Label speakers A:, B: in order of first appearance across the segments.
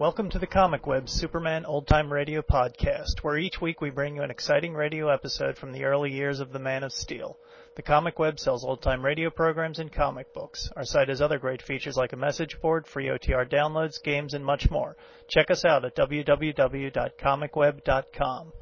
A: Welcome to the Comic Web Superman Old Time Radio Podcast, where each week we bring you an exciting radio episode from the early years of the Man of Steel. The Comic Web sells old time radio programs and comic books. Our site has other great features like a message board, free OTR downloads, games, and much more. Check us out at www.comicweb.com.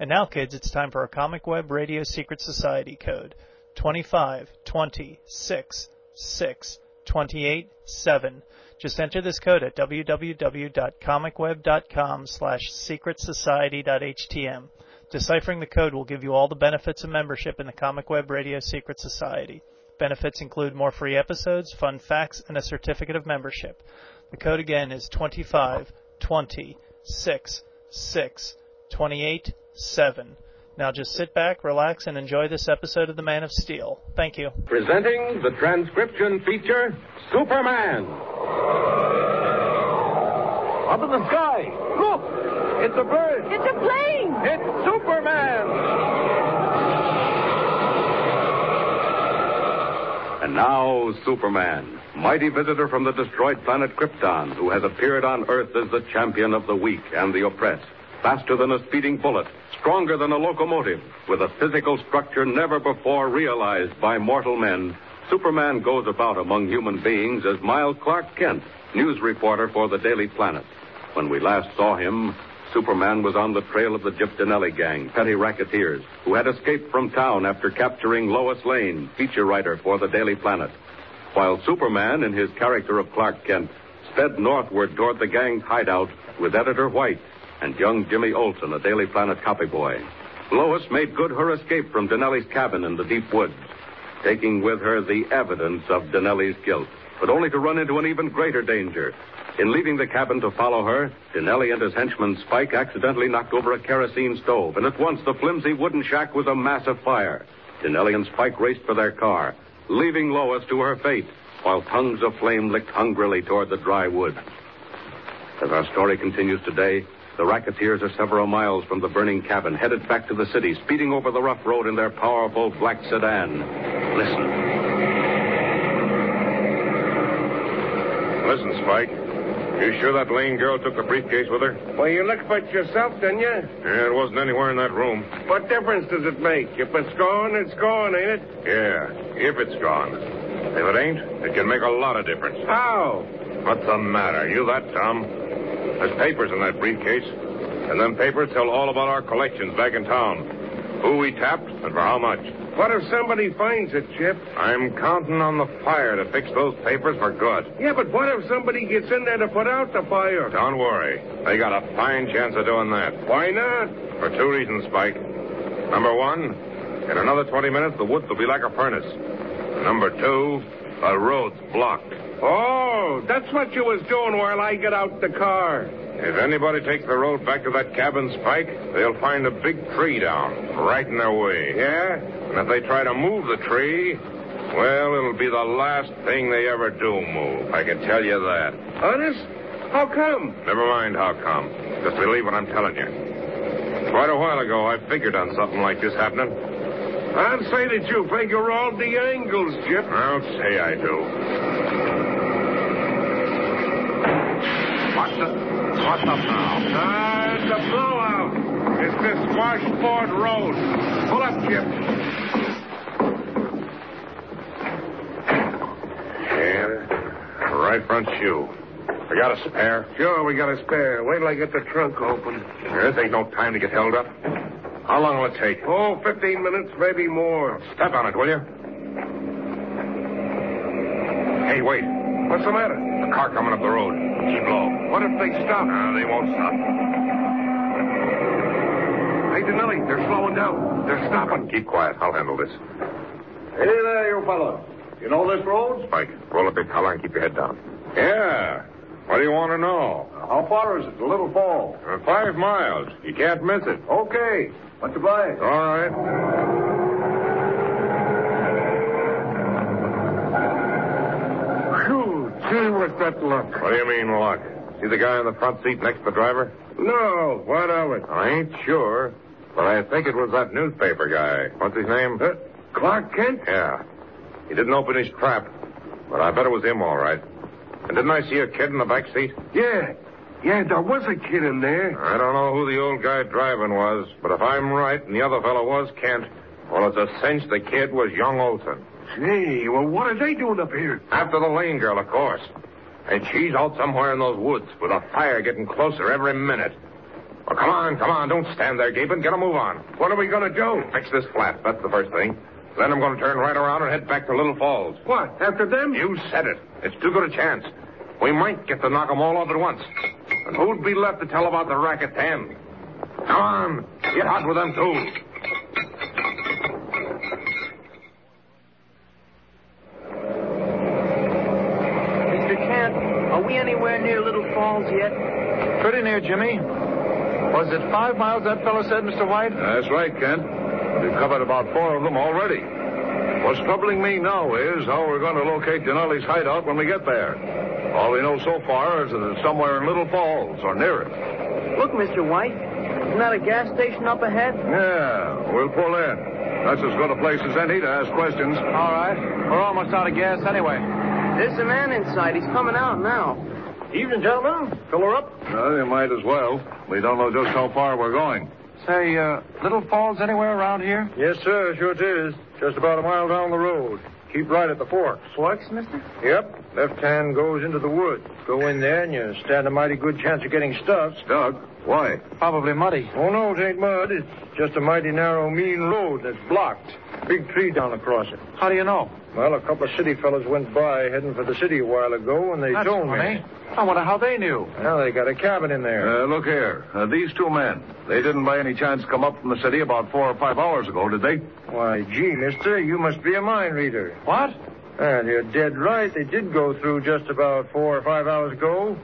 A: And now, kids, it's time for our Comic Web Radio Secret Society code 25 26 6 28 7. Just enter this code at www.comicweb.com slash secretsociety.htm. Deciphering the code will give you all the benefits of membership in the Comic Web Radio Secret Society. Benefits include more free episodes, fun facts, and a certificate of membership. The code again is 25 20 6 6 28 7. Now just sit back, relax, and enjoy this episode of The Man of Steel. Thank you.
B: Presenting the transcription feature Superman. Up in the sky. Look! It's a bird.
C: It's a plane!
B: It's Superman. And now, Superman, mighty visitor from the destroyed planet Krypton, who has appeared on Earth as the champion of the weak and the oppressed. Faster than a speeding bullet, stronger than a locomotive, with a physical structure never before realized by mortal men, Superman goes about among human beings as Miles Clark Kent, news reporter for the Daily Planet. When we last saw him, Superman was on the trail of the Giptonelli gang, petty racketeers, who had escaped from town after capturing Lois Lane, feature writer for the Daily Planet. While Superman, in his character of Clark Kent, sped northward toward the gang's hideout with Editor White and young Jimmy Olsen, a Daily Planet copyboy. Lois made good her escape from Denelli's cabin in the deep woods, taking with her the evidence of Denelli's guilt, but only to run into an even greater danger. In leaving the cabin to follow her, Denelli and his henchman Spike accidentally knocked over a kerosene stove, and at once the flimsy wooden shack was a mass of fire. Denelli and Spike raced for their car, leaving Lois to her fate, while tongues of flame licked hungrily toward the dry wood. As our story continues today, the racketeers are several miles from the burning cabin, headed back to the city, speeding over the rough road in their powerful black sedan. Listen.
D: Listen, Spike. You sure that Lane girl took the briefcase with her?
E: Well, you looked but yourself, didn't you?
D: Yeah, it wasn't anywhere in that room.
E: What difference does it make? If it's gone, it's gone, ain't it?
D: Yeah, if it's gone. If it ain't, it can make a lot of difference.
E: How?
D: What's the matter? You that dumb? There's papers in that briefcase. And them papers tell all about our collections back in town. Who we tapped and for how much.
E: What if somebody finds it, Chip?
D: I'm counting on the fire to fix those papers for good.
E: Yeah, but what if somebody gets in there to put out the fire?
D: Don't worry. They got a fine chance of doing that.
E: Why not?
D: For two reasons, Spike. Number one, in another 20 minutes, the woods will be like a furnace. Number two, the road's blocked.
E: Oh, that's what you was doing while I got out the car.
D: If anybody takes the road back to that cabin, Spike, they'll find a big tree down, right in their way.
E: Yeah?
D: And if they try to move the tree, well, it'll be the last thing they ever do move. I can tell you that.
E: Honest? How come?
D: Never mind how come. Just believe what I'm telling you. Quite a while ago, I figured on something like this happening.
E: I'd say that you figure all the angles, Chip.
D: I'll say I do. What's up? What's up now?
E: Ah, it's a blowout. It's this washboard road. Pull up, Chip.
D: Yeah. Right front shoe. We got a spare.
E: Sure, we got a spare. Wait till I get the trunk open.
D: This ain't no time to get held up. How long will it take?
E: Oh, 15 minutes, maybe more.
D: Step on it, will you? Hey, wait.
E: What's the matter?
D: A car coming up the road. Keep low.
E: What if they stop?
D: No, they won't stop.
E: Hey, Denelli, they're slowing down. They're stopping.
D: Keep quiet. I'll handle this.
F: Hey there, you fellow. You know this road?
D: Mike, roll up big collar and keep your head down. Yeah. What do you want to know?
F: How far is it? A little fall.
D: Uh, Five miles. You can't miss it.
F: Okay. What you buy?
D: All right.
E: Phew, gee, was that luck.
D: What do you mean, luck? See the guy in the front seat next to the driver?
E: No, what of it?
D: I ain't sure, but I think it was that newspaper guy. What's his name?
E: Clark Kent?
D: Yeah. He didn't open his trap, but I bet it was him all right. And didn't I see a kid in the back seat?
E: Yeah.
C: Yeah, there was a kid in there.
D: I don't know who the old guy driving was, but if I'm right and the other fellow was Kent, well, it's a cinch the kid was young Olson.
C: Gee, well, what are they doing up here?
D: After the lane girl, of course. And she's out somewhere in those woods with a fire getting closer every minute. Well, come on, come on. Don't stand there gaping. Get a move on.
F: What are we going to do?
D: Fix this flat. That's the first thing. Then I'm going to turn right around and head back to Little Falls.
F: What? After them?
D: You said it. It's too good a chance. We might get to knock 'em all off at once. And who'd be left to tell about the racket then? Come on. Get hot with them, too.
G: Mr. Kent, are we anywhere near Little Falls yet?
H: Pretty near, Jimmy. Was it five miles that fellow said, Mr. White?
D: That's right, Kent. We've covered about four of them already. What's troubling me now is how we're going to locate Denali's hideout when we get there. All we know so far is that it's somewhere in Little Falls or near it.
G: Look, Mr. White. Isn't that a gas station up ahead?
D: Yeah, we'll pull in. That's as good a place as any to ask questions.
H: All right. We're almost out of gas anyway.
G: There's a man inside. He's coming out now.
F: Evening, gentlemen. Fill her up.
D: Well, you might as well. We don't know just how far we're going.
H: Say, uh, Little Falls anywhere around here?
F: Yes, sir. Sure it is. Just about a mile down the road. Keep right at the forks.
G: Forks, mister?
F: Yep. Left hand goes into the woods. Go in there and you stand a mighty good chance of getting stuck.
D: Doug, why?
H: Probably muddy.
F: Oh, no, it ain't mud. It's just a mighty narrow, mean road that's blocked. Big tree down across it.
H: How do you know?
F: Well, a couple of city fellas went by heading for the city a while ago, and they
H: That's
F: told
H: funny.
F: me.
H: I wonder how they knew.
F: Well, they got a cabin in there.
D: Uh, look here. Uh, these two men, they didn't by any chance come up from the city about four or five hours ago, did they?
F: Why, gee, mister, you must be a mind reader.
H: What?
F: Well, you're dead right. They did go through just about four or five hours ago.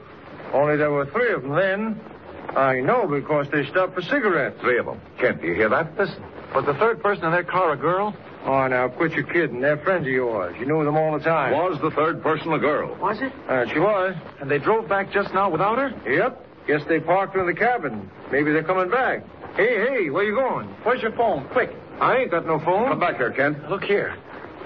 F: Only there were three of them then. I know because they stopped for cigarettes.
D: Three of them. Kent, do you hear that?
H: Listen, was the third person in their car a girl?
F: Oh, now quit your kidding. They're friends of yours. You knew them all the time.
D: Was the third person a girl?
G: Was it?
F: Uh, she was.
H: And they drove back just now without her?
F: Yep. Guess they parked in the cabin. Maybe they're coming back. Hey, hey, where you going? Where's your phone? Quick. I ain't got no phone.
D: Come back here, Kent.
H: Look here.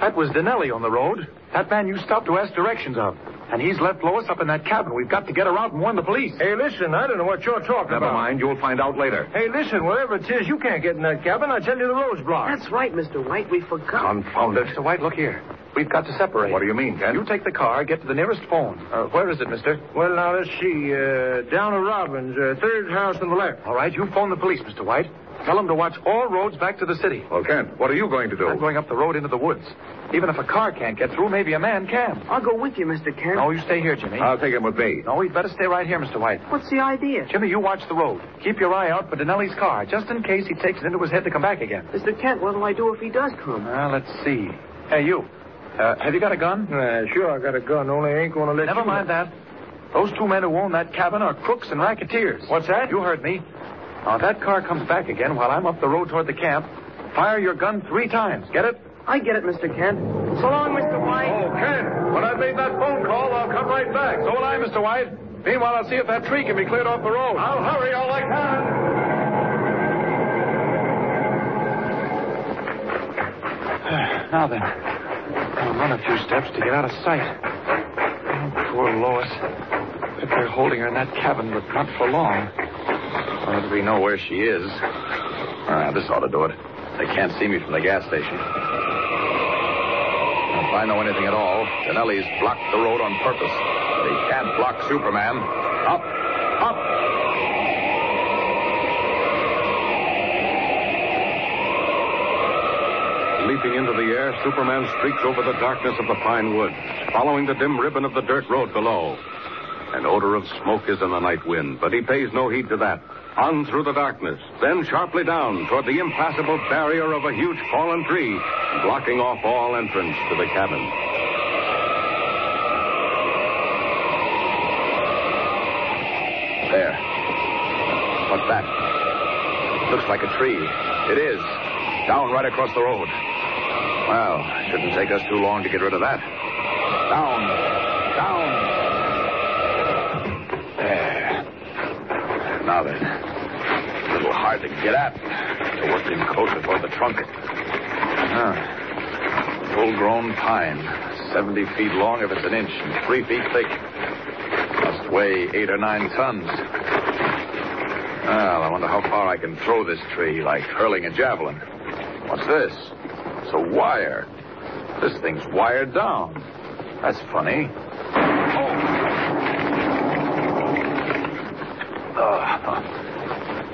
H: That was Denelli on the road. That man you stopped to ask directions of. And he's left Lois up in that cabin. We've got to get her out and warn the police.
F: Hey, listen, I don't know what you're talking
D: Never
F: about.
D: mind. You'll find out later.
F: Hey, listen, wherever it is, you can't get in that cabin. I tell you, the road's blocked.
G: That's right, Mr. White. We forgot.
D: Confound it.
H: Mr. White, look here. We've got to separate.
D: What do you mean, Kent?
H: You take the car, get to the nearest phone. Uh, where is it, mister?
F: Well, now, let's see. Uh, down to Robbins, uh, third house on the left.
H: All right, you phone the police, Mr. White. Tell them to watch all roads back to the city.
D: Well, Kent, what are you going to do?
H: I'm going up the road into the woods. Even if a car can't get through, maybe a man can.
G: I'll go with you, Mr. Kent.
H: No, you stay here, Jimmy.
D: I'll take him with me.
H: no, we'd better stay right here, Mr. White.
G: What's the idea?
H: Jimmy, you watch the road. Keep your eye out for Denelli's car, just in case he takes it into his head to come back again.
G: Mr. Kent, what'll I do if he does come?
H: Well, let's see. Hey, you. Uh, have you got a gun?
F: Uh, sure, I got a gun, only I ain't gonna let
H: Never
F: you...
H: mind that. Those two men who own that cabin are crooks and racketeers. What's that? You heard me. Now, if that car comes back again while I'm up the road toward the camp, fire your gun three times. Get it?
G: I get it, Mr. Kent. So long, Mr. White.
D: Oh, Kent, when I've made that phone call, I'll come right back.
H: So will I, Mr. White. Meanwhile, I'll see if that tree can be cleared off the road.
D: I'll hurry all I can.
H: Now then, I'll run a few steps to get out of sight. Oh, poor Lois. If they're holding her in that cabin, but not for long.
I: Well, if we know where she is. Ah, this ought to do it. They can't see me from the gas station. If I know anything at all, Denelli's blocked the road on purpose. They can't block Superman. Up, up.
B: Leaping into the air, Superman streaks over the darkness of the pine woods, following the dim ribbon of the dirt road below. An odor of smoke is in the night wind, but he pays no heed to that. On through the darkness, then sharply down toward the impassable barrier of a huge fallen tree, blocking off all entrance to the cabin.
I: There. What's that? Looks like a tree. It is. Down right across the road. Well, shouldn't take us too long to get rid of that. Down. Down. There. Now then. A little hard to get at. So work in closer toward the trunk. Huh. Full grown pine. 70 feet long if it's an inch and three feet thick. Must Weigh eight or nine tons. Well, I wonder how far I can throw this tree, like hurling a javelin. What's this? It's a wire. This thing's wired down. That's funny. Oh. Uh,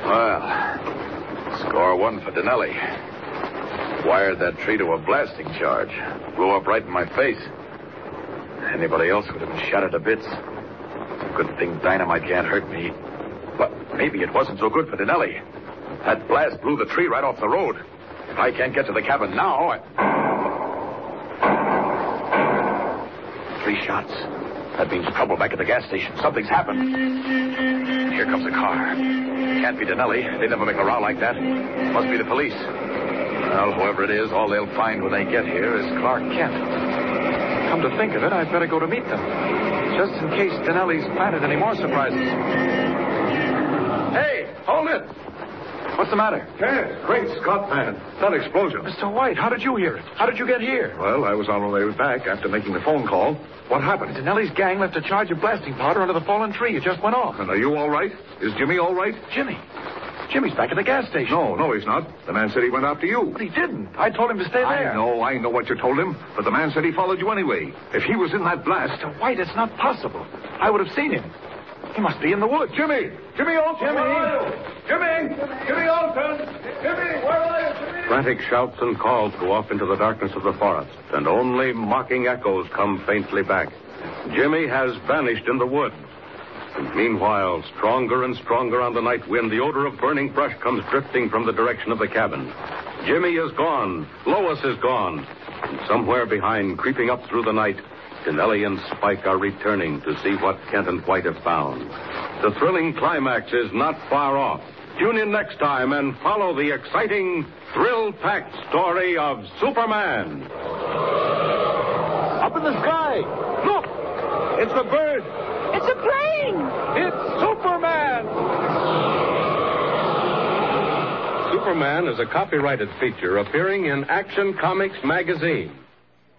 I: well, score one for Denelli. Wired that tree to a blasting charge. Blew up right in my face. Anybody else would have been shattered to bits. Good thing dynamite can't hurt me. But maybe it wasn't so good for Denelli. That blast blew the tree right off the road. If I can't get to the cabin now, I... Three shots. That means trouble back at the gas station. Something's happened. Here comes a car. Can't be Denelli. They never make a row like that. Must be the police. Well, whoever it is, all they'll find when they get here is Clark Kent. Come to think of it, I'd better go to meet them. Just in case Denelli's planted any more surprises. Hey, hold it! What's the matter?
J: Yes, great Scott, man. That explosion.
I: Mr. White, how did you hear it? How did you get here?
J: Well, I was on my way back after making the phone call. What happened?
E: Denelli's gang left a charge of blasting powder under the fallen tree. It just went off.
J: And are you all right? Is Jimmy all right?
E: Jimmy. Jimmy's back at the gas station.
J: No, no, he's not. The man said he went after you.
E: But he didn't. I told him to stay there.
J: I know, I know what you told him, but the man said he followed you anyway. If he was in that blast.
E: Mr. White, it's not possible. I would have seen him. He must be in the woods.
J: Jimmy! Jimmy Olsen!
E: Jimmy!
J: Where are you? Jimmy! Jimmy Olsen! Jimmy, where are you? Jimmy?
D: Frantic shouts and calls go off into the darkness of the forest, and only mocking echoes come faintly back. Jimmy has vanished in the woods. And meanwhile, stronger and stronger on the night wind, the odor of burning brush comes drifting from the direction of the cabin. Jimmy is gone. Lois is gone. And somewhere behind, creeping up through the night, Denelli and Spike are returning to see what Kent and White have found. The thrilling climax is not far off. Tune in next time and follow the exciting, thrill-packed story of Superman.
E: Up in the sky! Look! It's the bird!
K: It's a plane!
E: It's Superman!
D: Superman is a copyrighted feature appearing in Action Comics magazine.